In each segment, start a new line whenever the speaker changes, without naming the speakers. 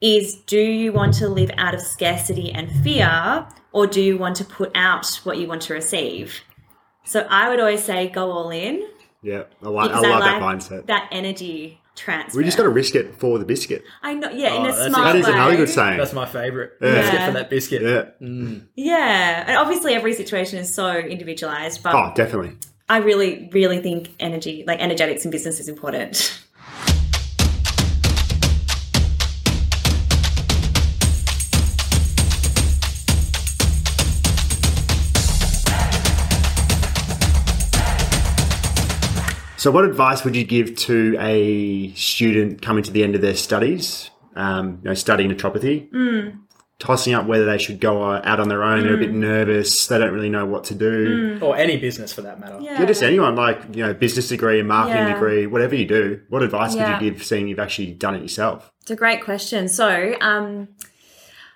is do you want to live out of scarcity and fear, or do you want to put out what you want to receive? So I would always say go all in.
Yeah, I like, I
because
love that mindset.
That energy transfer.
we just got to risk it for the biscuit.
I know. Yeah,
Oh,
in
that's
a
a-
smart
That is
way.
another good saying.
That's my favourite.
Yeah.
Let's get
Yeah.
for that biscuit.
yeah.
Yeah, and obviously every situation is so individualized, but
Oh, definitely.
I really, really think energy, like energetics in business, is important.
So, what advice would you give to a student coming to the end of their studies, um, you know, studying naturopathy,
Mm.
tossing up whether they should go out on their own? They're a bit nervous. They don't really know what to
Mm.
do.
Or any business for that matter.
Yeah.
Yeah, just anyone, like you know, business degree, marketing
Yeah.
degree, whatever you do. What advice
Yeah.
would you give, seeing you've actually done it yourself?
It's a great question. So, um,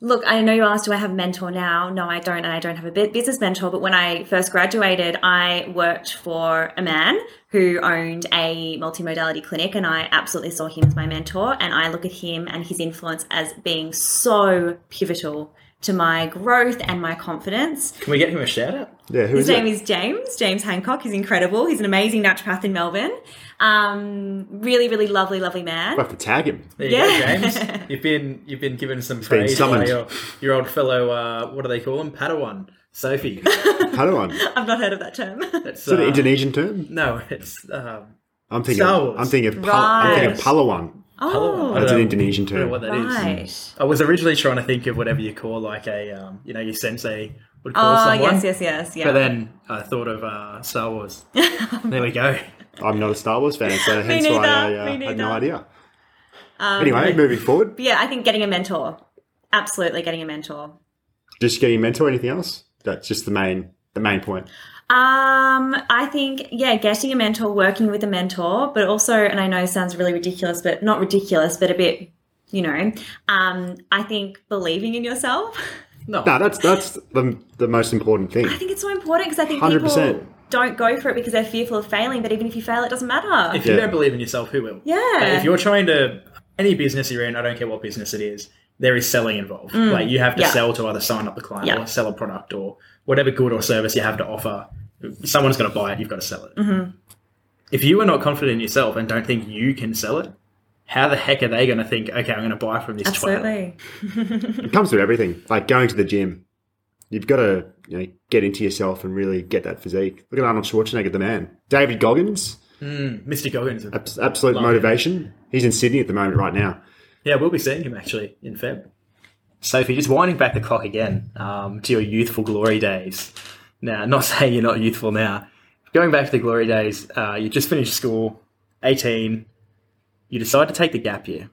look, I know you asked, do I have a mentor now? No, I don't, and I don't have a bu- business mentor. But when I first graduated, I worked for a man who owned a multimodality clinic, and I absolutely saw him as my mentor. And I look at him and his influence as being so pivotal to my growth and my confidence.
Can we get him a shout out?
Yeah, who
His
is
name
it?
is James, James Hancock. He's incredible. He's an amazing naturopath in Melbourne. Um, really, really lovely, lovely man.
We have to tag him.
There you
Yeah.
go, James. You've been you've been given some
been
praise by
summoned.
your, your old fellow. Uh, what do they call him? Padawan Sophie.
Padawan. Is
I've not heard of that term.
That's
that an
uh,
Indonesian term?
No, it's um,
I'm thinking.
Star Wars.
I'm thinking. Of Pal- I'm thinking of
Right.
Palawan.
oh,
I
That's an
don't-
Indonesian
I don't know
term.
what that is.
right.
I was originally trying to think of whatever you call like a um, you know your sensei would call
Oh,
someone.
yes, yes, yes. Yeah.
But then I thought of uh, Star Wars. there we go.
I'm not a Star Wars fan, so hence why I
neither,
uh,
me
had no
neither.
idea.
Um,
anyway, moving forward,
But yeah, I think getting a mentor. Absolutely getting a mentor.
just getting a mentor. Anything else? That's just the main the main point.
Um, I think, yeah, getting a mentor, working with a mentor, but also, and I know it sounds really ridiculous, but not ridiculous, but a bit, you know, um, I think believing in yourself.
No,
No, that's that's the the most important thing.
I think it's so important because I think people
100%.
don't go for it because they're fearful of failing, but even if you fail, it doesn't matter.
if you
Yeah.
don't believe in yourself, who will?
Yeah.
But if you're trying to any business you're in, I don't care what business it is, there is selling involved. Like you have to
Mm. Yeah.
sell to either sign up the client
Yeah.
or sell a product or whatever good or service you have to offer. Someone's going to buy it. You've got to sell it.
Mm-hmm.
If you are not confident in yourself and don't think you can sell it, how the heck are they going to think? Okay, I'm going to buy from this. twat?"
Absolutely.
It comes to everything, like going to the gym. You've got to you know get into yourself and really get that physique. Look at Arnold Schwarzenegger, the man. David Goggins,
Mr. Goggins.
abs- absolute motivation. He's in Sydney at the moment, right now.
Yeah, we'll be seeing him actually in Feb. Sophie, just winding back the clock again um, to your youthful glory days. Now, not saying you're not youthful now. Going back to the glory days, uh, you just finished school, 18. You decide to take the gap year.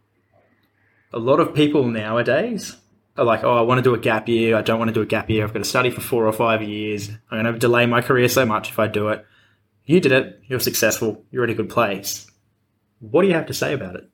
A lot of people nowadays are like, oh, I want to do a gap year. I don't want to do a gap year. I've got to study for four or five years. I'm going to delay my career so much if I do it. You did it. You're successful. You're at a good place. What do you have to say about it?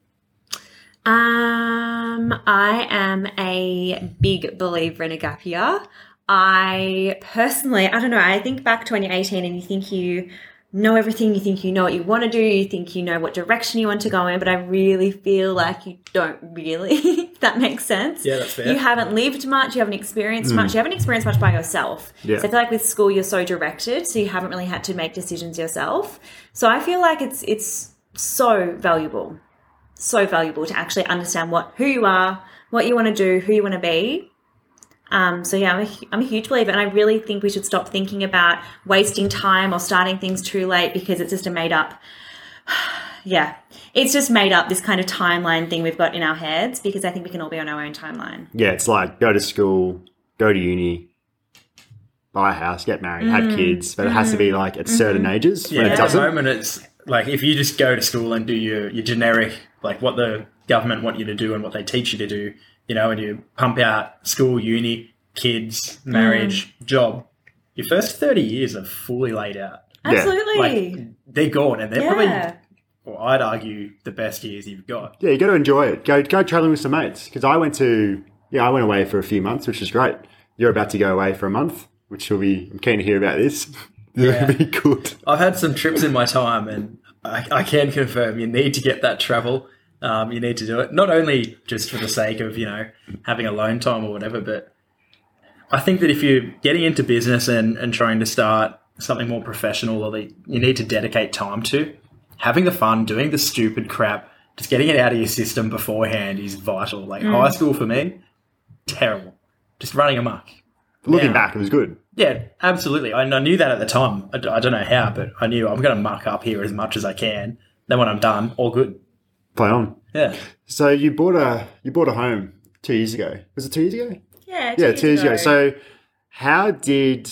Um, I am a big believer in a gap year. I personally, I don't know, I think back 2018 and you think you know everything, you think you know what you want to do, you think you know what direction you want to go in, but I really feel like you don't really, if that makes sense.
Yeah, that's fair.
You haven't lived much, you haven't experienced much, you haven't experienced much by yourself.
Yeah.
So I feel like with school you're so directed, so you haven't really had to make decisions yourself. So I feel like it's it's so valuable so valuable to actually understand what who you are, what you want to do, who you want to be. Um, so yeah, I'm a, hu- I'm a huge believer, and I really think we should stop thinking about wasting time or starting things too late because it's just a made up. yeah, it's just made up this kind of timeline thing we've got in our heads because I think we can all be on our own timeline.
Yeah, it's like go to school, go to uni. Buy a house, get married, have kids, but it has to be like at certain ages when
Yeah,
it
at the
doesn't.
moment it's like if you just go to school and do your, your generic, like what the government want you to do and what they teach you to do, you know, and you pump out school, uni, kids, marriage, job. Your first thirty years are fully laid out.
Absolutely.
Like they're gone, and they're
Yeah.
probably, well, I'd argue, the best years you've got.
Yeah, you got to enjoy it. Go go traveling with some mates. Because I went to yeah, I went away for a few months, which is great. You're about to go away for a month, which will be. I'm keen to hear about this. Yeah. be good.
I've had some trips in my time, and I, I can confirm you need to get that travel Um, you need to do it not only just for the sake of you know having alone time or whatever, but I think that if you're getting into business and, and trying to start something more professional, or that you need to dedicate time to having the fun, doing the stupid crap, just getting it out of your system beforehand is vital. Like high school for me, terrible, just running amok.
Looking
Yeah.
back, it was good.
Yeah, absolutely. I, I knew that at the time. I, d- I don't know how, but I knew I'm going to muck up here as much as I can. Then when I'm done, all good.
Play on.
Yeah.
So you bought a you bought a home two years ago. Was it two years ago?
Yeah,
yeah, two years ago. So how did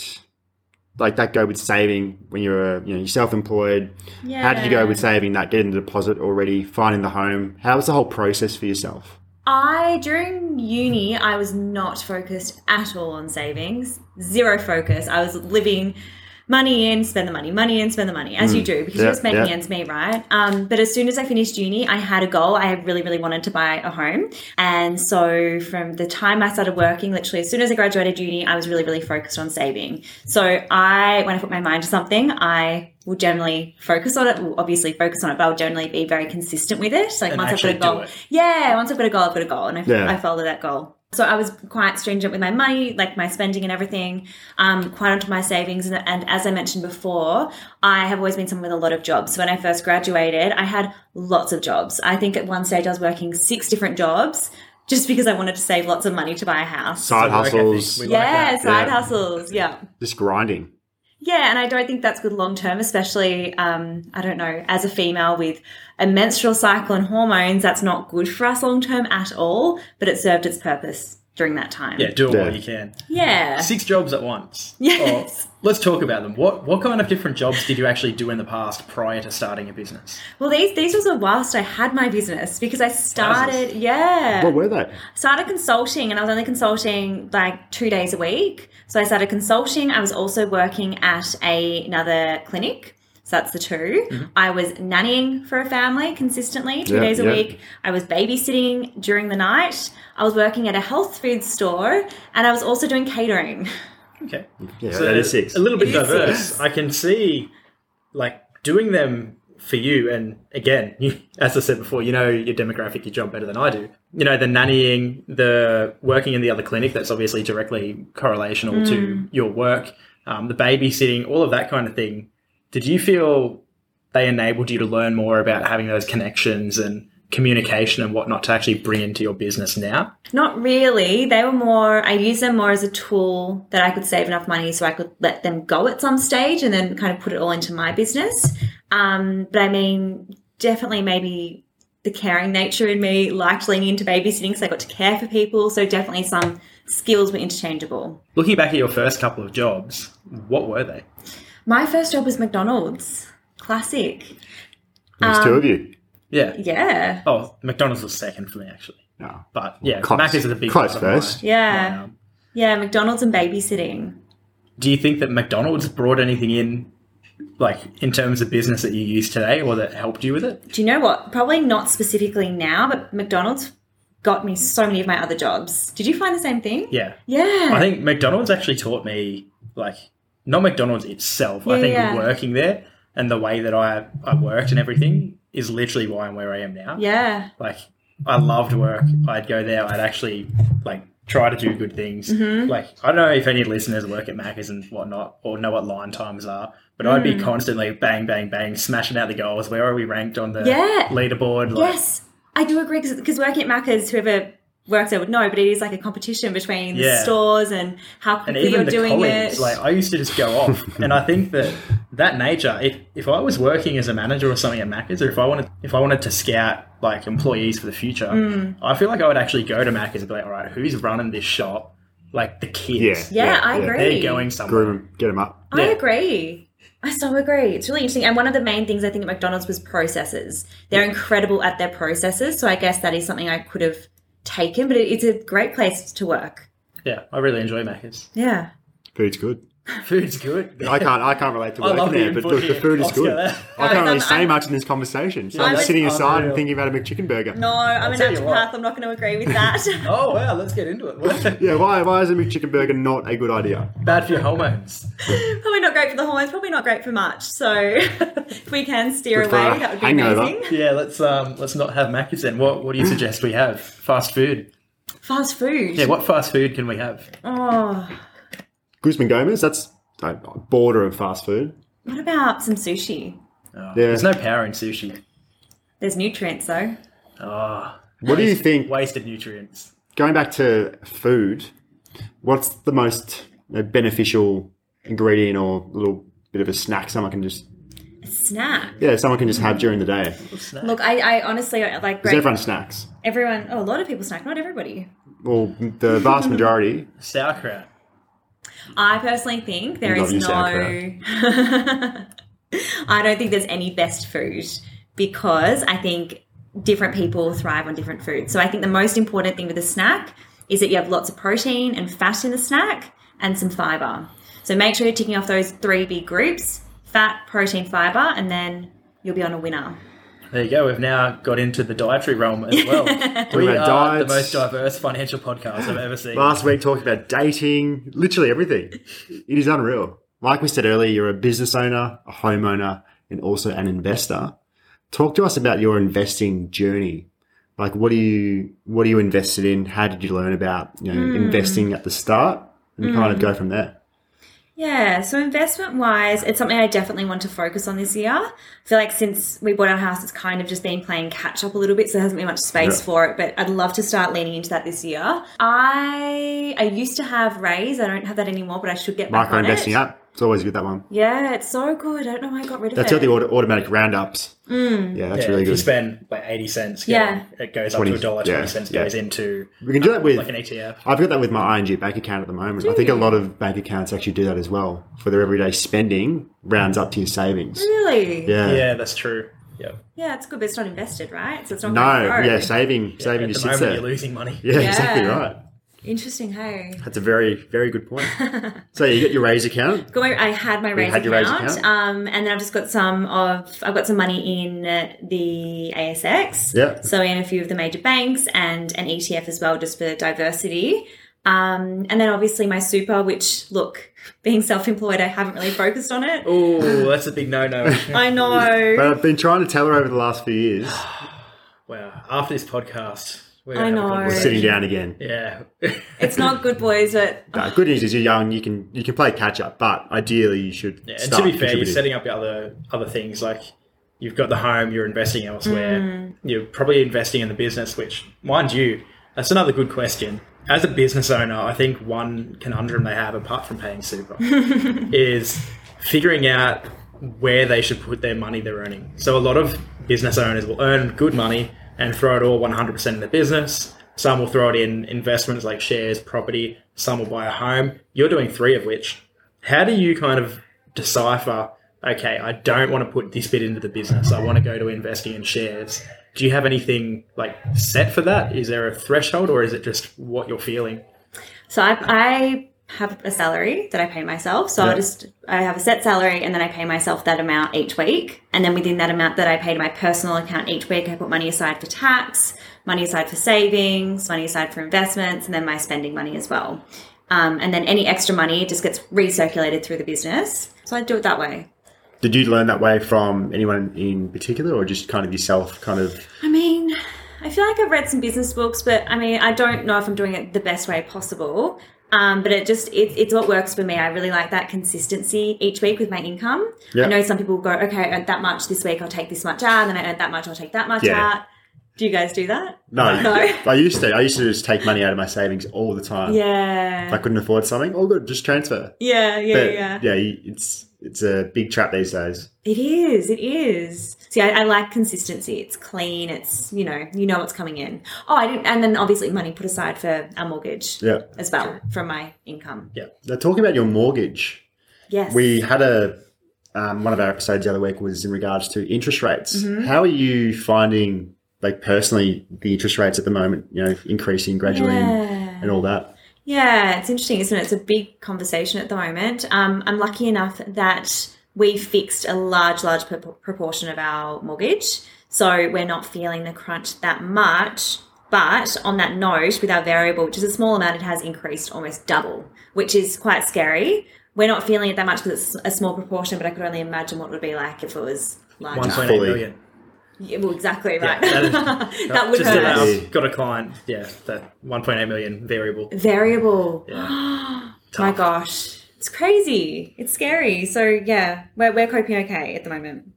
like that go with saving when you were you know you're self-employed? How did you go with saving that? Getting the deposit already, finding the home. How was the whole process for yourself?
I during uni I was not focused at all on savings. Zero focus. I was living money in, spend the money, money in, spend the money,
Mm.
as you do, because
Yeah,
you're just making
yeah.
ends meet, right? Um, but as soon as I finished uni, I had a goal. I really, really wanted to buy a home. And so from the time I started working, literally as soon as I graduated uni, I was really, really focused on saving. So I when I put my mind to something, I will generally focus on it, will obviously focus on it, but I'll generally be very consistent with it. Like once I've
And
got a
actually do
goal.
it.
Yeah, once I've got a goal, I've got a goal, and I,
Yeah.
I followed that goal. So I was quite stringent with my money, like my spending and everything, um, quite onto my savings. And, and as I mentioned before, I have always been someone with a lot of jobs. When I first graduated, I had lots of jobs. I think at one stage I was working six different jobs just because I wanted to save lots of money to buy a house.
Side
So work ethic.
hustles,
We like
yeah,
that.
side
Yeah.
hustles. Yeah.
just grinding.
Yeah, and I don't think that's good long term, especially, um, I don't know, as a female with a menstrual cycle and hormones, that's not good for us long term at all, but it served its purpose during that time.
Yeah, do it
Yeah.
while you can.
Yeah.
Six jobs at once.
Yes.
Or- let's talk about them. What what kind of different jobs did you actually do in the past prior to starting a business?
Well, these, these was whilst I had my business because I started,
Wowzers.
yeah.
What were they?
started consulting and I was only consulting like two days a week. So I started consulting. I was also working at a, another clinic. So that's the 2 I was nannying for a family consistently, two
Mm-hmm. Yeah,
days a
yeah.
week. I was babysitting during the night. I was working at a health food store and I was also doing catering.
Okay.
Yeah, that is six.
A little bit
It is
diverse.
six.
I can see like doing them for you and again, you, as I said before, you know your demographic, your job better than I do. You know, the nannying, the working in the other clinic, that's obviously directly correlational
Mm.
to your work, um, the babysitting, all of that kind of thing. Did you feel they enabled you to learn more about having those connections and communication and whatnot to actually bring into your business now?
Not really. They were more, I used them more as a tool that I could save enough money so I could let them go at some stage and then kind of put it all into my business. Um, but I mean, definitely maybe the caring nature in me liked leaning into babysitting because I got to care for people. So definitely some skills were interchangeable.
Looking back at your first couple of jobs, what were they?
My first job was McDonald's. Classic.
There's two
um,
of you.
Yeah.
Yeah.
Oh, McDonald's was second for me actually,
No.
but yeah,
Close.
Mac is the big
Close
one of
first.
mine.
Yeah.
Um,
Yeah. McDonald's and babysitting.
do you think that McDonald's brought anything in, like in terms of business that you use today, or that helped you with it?
do you know what? Probably not specifically now, but McDonald's got me so many of my other jobs. Did you find the same thing?
Yeah,
Yeah.
I think McDonald's actually taught me like not McDonald's itself. I
Yeah,
think
yeah.
working there and the way that I I worked and everything is literally why I'm where I am now.
yeah.
like I loved work. I'd go there. I'd actually like try to do good things.
Mm-hmm.
Like I don't know if any listeners work at Macca's and whatnot or know what line times are, but I'd
Mm.
be constantly bang, bang, bang, smashing out the goals. Where are we ranked on the
Yeah.
leaderboard? Like,
Yes. I do agree because working at Macca's, whoever works there would know, but it is like a competition between the
Yeah.
stores and how
And
quickly
even
you're
the
doing
colleagues,
it.
like I used to just go off, and I think that that nature. If, if I was working as a manager or something at Macca's, or if I wanted if I wanted to scout like employees for the future,
Mm.
I feel like I would actually go to Macca's and be like, all right, who's running this shop? Like the
Yeah.
kids.
yeah, I
yeah.
agree.
They're going somewhere.
Groom 'em, get them up.
I
Yeah.
agree. I so agree. It's really interesting. And one of the main things I think at McDonald's was processes. They're incredible at their processes. So I guess that is something I could have taken, but it, it's a great place to work.
Yeah, I really enjoy Macca's.
Yeah.
Food's good.
Food's good.
I can't. I can't relate to working
love the
there, but
input
look, the
here.
food is
Oscar,
good.
there.
I
I'm-
can't really
I'm-
say
I'm-
much in this conversation, so
I'm
I'm just
a-
sitting aside
Unreal.
and thinking about a McChicken burger.
No, I'm a
tell you what.
naturopath. I'm not going to agree with that.
Oh wow, let's get into it.
Yeah, why, why is a McChicken burger not a good idea?
Bad for your hormones.
probably not great for the hormones. Probably not great for much. So if we can steer
Good for
away,
a
that would be
hangover.
amazing.
Yeah, let's um let's not have Macca's then. What what do you suggest we have? Fast food.
Fast food.
Yeah, what fast food can we have?
Oh,
Guzman Gomez, that's a border of fast food.
what about some sushi?
Oh, There's no power in sushi.
There's nutrients though.
Oh,
What do you think?
wasted nutrients.
Going back to food, what's the most you know, beneficial ingredient or little bit of a snack someone can just
Snack.
yeah someone can just have during the day?
Look, I, I honestly like
Because
great.
everyone snacks,
Everyone, oh, a lot of people snack. Not everybody.
well, the vast majority.
Sauerkraut.
I personally think there
Love
is
you,
no. I don't think there's any best food because I think different people thrive on different foods. So I think the most important thing with a snack is that you have lots of protein and fat in the snack and some fiber. So make sure you're ticking off those three big groups fat, protein, fiber, and then you'll be on a winner.
There you go. We've now got into the dietary realm as well. we are
about
the
diets.
most diverse financial podcast I've ever seen.
Last week talking about dating, literally everything. It is unreal. Like we said earlier, you're a business owner, a homeowner, and also an investor. Talk to us about your investing journey. Like what do you what are you invested in? How did you learn about you know investing at the start? And kind of go from there.
Yeah, so investment wise, it's something I definitely want to focus on this year. I feel like since we bought our house, it's kind of just been playing catch up a little bit, so there hasn't been much space
Yeah.
for it, but I'd love to start leaning into that this year. I I used to have Raise, I don't have that anymore, but I should get back
Micro
on
investing
it.
app. It's always good that one.
Yeah, it's so good. I don't know why I got rid of
That's
it.
got the auto- automatic roundups. Yeah, that's
Yeah,
really
if you
good.
spend like eighty cents,
Yeah.
it goes up
20
to a dollar.
yeah,
Twenty cents
yeah.
goes into um,
We can do that with
like an E ETF.
I've got that with my ING bank account at the moment. I think a lot of bank accounts actually do that as well. For their everyday spending, rounds up to your savings.
really?
Yeah.
Yeah, that's true. Yep.
Yeah, it's good, but it's not invested, right? So it's not
No,
going to grow.
yeah, saving, saving
At
just
the
sits
moment,
there.
you're losing money.
Yeah, exactly
Yeah.
right.
Interesting, hey.
That's a very, very good point. so you got your raise account.
Got my, I had my raise
had your
account,
Raise account?
Um, and then I've just got some of I've got some money in uh, the ASX.
Yeah.
So in a few of the major banks and an ETF as well, just for diversity. Um, and then obviously my super, which look, being self-employed, I haven't really focused on it.
Oh, that's a big no-no.
I
But
know.
I've been trying to tell her over the last few years,
wow. After this podcast, we're
I
gonna have a
know.
conversation.
sitting down again.
Yeah.
It's not good, boys, but
No, good news is you're young, you can you can play catch up, but ideally you should
Yeah, and
start
to be fair, you're
contributing.
setting up your other other things like you've got the home, you're investing elsewhere,
Hmm.
you're probably investing in the business. Which, mind you, that's another good question. As a business owner, I think one conundrum they have, apart from paying super, is figuring out where they should put their money they're earning. So a lot of business owners will earn good money and throw it all 100% in the business. Some will throw it in investments like shares, property. Some will buy a home. You're doing three of which. How do you kind of decipher? Okay, I don't want to put this bit into the business. I want to go to investing in shares. Do you have anything like set for that? Is there a threshold, or is it just what you're feeling?
So I, I have a salary that I pay myself. So I
Yeah.
just I have a set salary, and then I pay myself that amount each week. And then within that amount that I pay to my personal account each week, I put money aside for tax, money aside for savings, money aside for investments, and then my spending money as well. Um, and then any extra money just gets recirculated through the business. So I do it that way.
Did you learn that way from anyone in particular or just kind of yourself kind of
I mean, I feel like I've read some business books, but I mean, I don't know if I'm doing it the best way possible. Um, but it just it, it's what works for me. I really like that consistency each week with my income.
Yeah.
I know some people go, okay, I earned that much this week, I'll take this much out, and then I earned that much, I'll take that much
Yeah.
out. Do you guys do that?
No,
No.
I used to I used to just take money out of my savings all the time.
Yeah.
If I couldn't afford something, oh good, just transfer.
yeah, yeah,
But
yeah.
yeah, you- it's it's a big trap these days.
It is. It is. See, I, I like consistency. It's clean. It's you know, you know what's coming in. Oh, I didn't. And then obviously money put aside for our mortgage
Yeah.
as well from my income.
Yeah,
Now talking about your mortgage,
Yes.
we had a um, one of our episodes the other week was in regards to interest rates.
Mm-hmm.
How are you finding, like personally, the interest rates at the moment? You know, increasing gradually and,
Yeah.
and all that.
Yeah, it's interesting, isn't it? It's a big conversation at the moment. Um, I'm lucky enough that we fixed a large, large pro- proportion of our mortgage. So we're not feeling the crunch that much. But on that note, with our variable, which is a small amount, it has increased almost double, which is quite scary. We're not feeling it that much because it's a small proportion, but I could only imagine what it would be like if it was
One
larger.
point eight
Fully.
million.
Yeah, well, exactly right.
that is-
that, would
Just
hurt.
that
us.
us.
I've got a client. Yeah, the one point eight million variable.
Variable. My
Tough.
gosh, it's crazy. It's scary. So yeah, we're we're coping okay at the moment.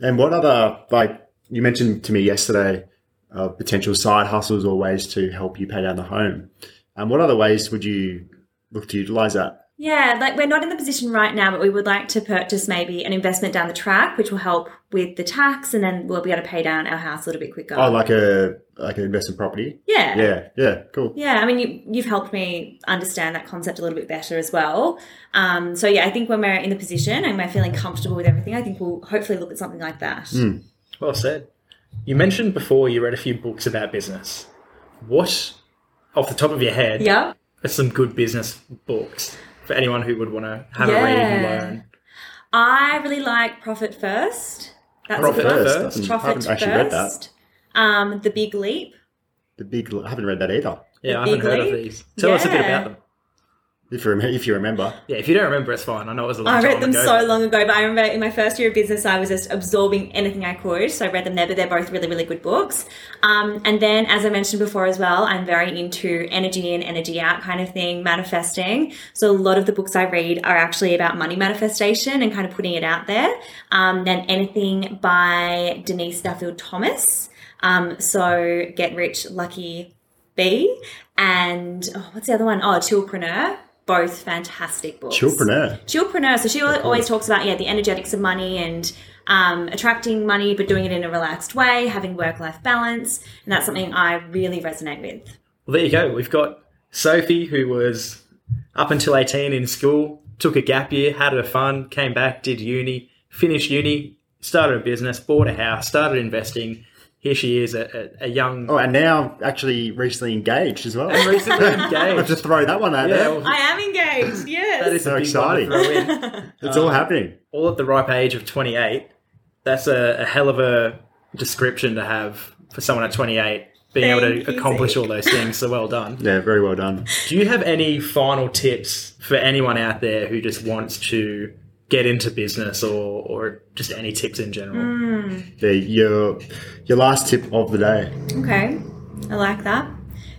And what other like you mentioned to me yesterday, uh, potential side hustles or ways to help you pay down the home. And what other ways would you look to utilize that?
Yeah, like we're not in the position right now, but we would like to purchase maybe an investment down the track, which will help with the tax, and then we'll be able to pay down our house a little bit quicker.
Oh, like a like an investment property.
yeah.
Yeah, yeah, cool.
Yeah, I mean, you, you've helped me understand that concept a little bit better as well. Um, so, yeah, I think when we're in the position and we're feeling comfortable with everything, I think we'll hopefully look at something like that.
Well said. You mentioned before you read a few books about business. What, off the top of your head,
Yeah.
are some good business books for anyone who would want to have a read and
Yeah.
learn?
I really like Profit First. That's
Profit
a good
First.
one.
That's- I
Profit
haven't
First.
actually read that.
Um, the Big Leap.
The big. I haven't read that either.
Yeah, I
The
haven't
Big
heard of
Leap?
these. Tell us a bit
Yeah.
about them.
If you remember, if you remember,
Yeah, if you don't remember, it's fine. I know it was a long
I
time
read them
ago.
so long ago, but I remember in my first year of business, I was just absorbing anything I could. So I read them there, but they're both really, really good books. Um, and then, as I mentioned before as well, I'm very into energy in, energy out kind of thing, manifesting. So a lot of the books I read are actually about money manifestation and kind of putting it out there. Um, then anything by Denise Duffield Thomas. Um, so Get Rich Lucky B and oh, what's the other one? Oh, Chillpreneur. Both fantastic books.
chillpreneur.
Chillpreneur. So she al- always talks about yeah the energetics of money and um, attracting money, but doing it in a relaxed way, having work life balance, and that's something I really resonate with.
Well, there you go. We've got Sophie, who was up until 18 in school, took a gap year, had her fun, came back, did uni, finished uni, started a business, bought a house, started investing. Here she is, a, a, a young,
Oh, and now actually recently engaged as well. I
recently
have
engaged.
to throw that one out
Yeah,
there.
well,
I am engaged. Yes.
that is
So
a big
exciting.
One to throw in.
It's
uh,
all happening.
all at the ripe age of 28, that's a, a hell of a description to have for someone at 28, being able
Thank
to
you,
accomplish
Zeke.
all those things. So well done.
Yeah, very well done.
Do you have any final tips for anyone out there who just wants to get into business or, or just any tips in general?
The, your your last tip of the day.
okay. I like that.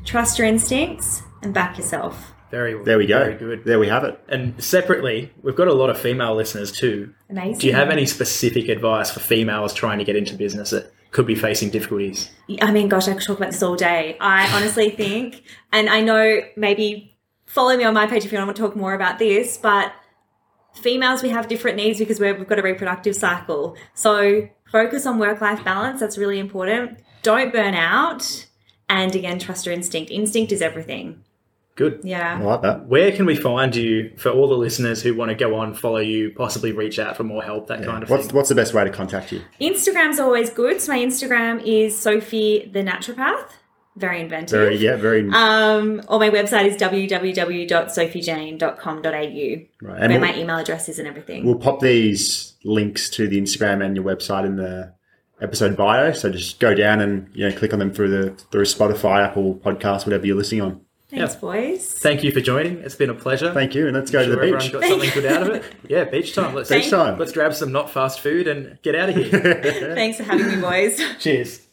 Trust your instincts and back yourself.
Very
There we go.
Very good.
There we have it.
And separately, we've got a lot of female listeners too.
Amazing.
Do you have any specific advice for females trying to get into business that could be facing difficulties?
I mean, gosh, I could talk about this all day. I honestly think, and I know maybe follow me on my page if you want to talk more about this, but females, we have different needs because we're, we've got a reproductive cycle. So focus on work life balance. That's really important. Don't burn out. And again, trust your instinct. Instinct is everything.
Good.
I
Yeah.
like that.
Where can we find you for all the listeners who want to go on, follow you, possibly reach out for more help, that kind of
What's
thing?
what's the best way to contact you?
Instagram's always good. So my Instagram is Sophie the Naturopath. Very inventive.
Very yeah, very
Um, or my website is www.sophiejane.com.au.
right. And
where
we'll,
my e- email address is and everything.
we'll pop these links to the Instagram and your website in the episode bio. So just go down and you know click on them through the through Spotify, Apple Podcast, whatever you're listening on.
Thanks,
yeah.
boys.
Thank you for joining. It's been a pleasure.
Thank you, and let's go to
Sure
the
everyone
beach.
got something good out of it. Yeah, beach time. Let's
Thank-
Beach time.
let's grab some not fast food and get out of here.
Thanks for having me, boys.
Cheers.